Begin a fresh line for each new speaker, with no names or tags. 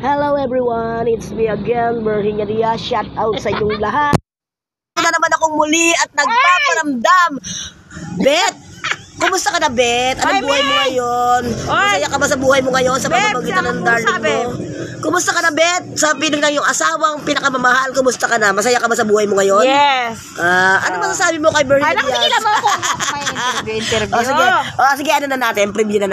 Hello everyone, it's me again, Berhinya Dia. Shout out sa inyong lahat. Ito na naman akong muli at nagpaparamdam. Bet, kumusta ka na, Bet? Anong
Oy,
buhay mo
Bet!
ngayon? Masaya ka ba sa buhay mo ngayon sa
Bet,
pamamagitan
sama
ng
mo
darling
sa Bet.
mo? Kumusta ka na, Bet? Sa pinag ng iyong asawang pinakamamahal, kumusta ka na? Masaya ka ba sa buhay mo ngayon?
Yes.
Ah, ano masasabi mo kay Ah, Berhinya
Ay,
Diaz?
nakitigil naman ako. May interview, interview.
Oh, sige. Oh, sige, ano na natin? Preview na